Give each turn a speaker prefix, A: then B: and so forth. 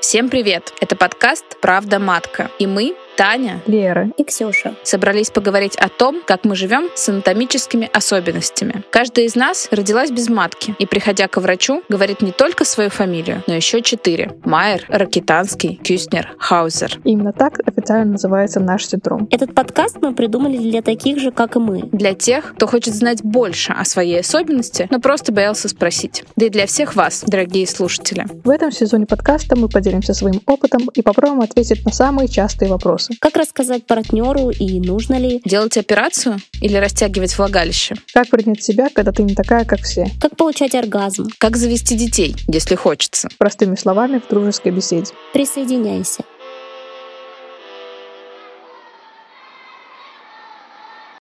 A: Всем привет! Это подкаст «Правда матка». И мы, Таня,
B: Лера.
C: и Ксюша.
A: собрались поговорить о том, как мы живем с анатомическими особенностями. Каждая из нас родилась без матки и, приходя к врачу, говорит не только свою фамилию, но еще четыре. Майер, Ракитанский, Кюснер, Хаузер.
B: Именно так официально называется наш синдром.
C: Этот подкаст мы придумали для таких же, как и мы.
A: Для тех, кто хочет знать больше о своей особенности, но просто боялся спросить. Да и для всех вас, дорогие слушатели.
B: В этом сезоне подкаста мы поделимся своим опытом и попробуем ответить на самые частые вопросы.
C: Как рассказать партнеру и нужно ли?
A: Делать операцию или растягивать влагалище?
B: Как принять себя, когда ты не такая, как все?
C: Как получать оргазм?
A: Как завести детей, если хочется?
B: Простыми словами в дружеской беседе.
C: Присоединяйся.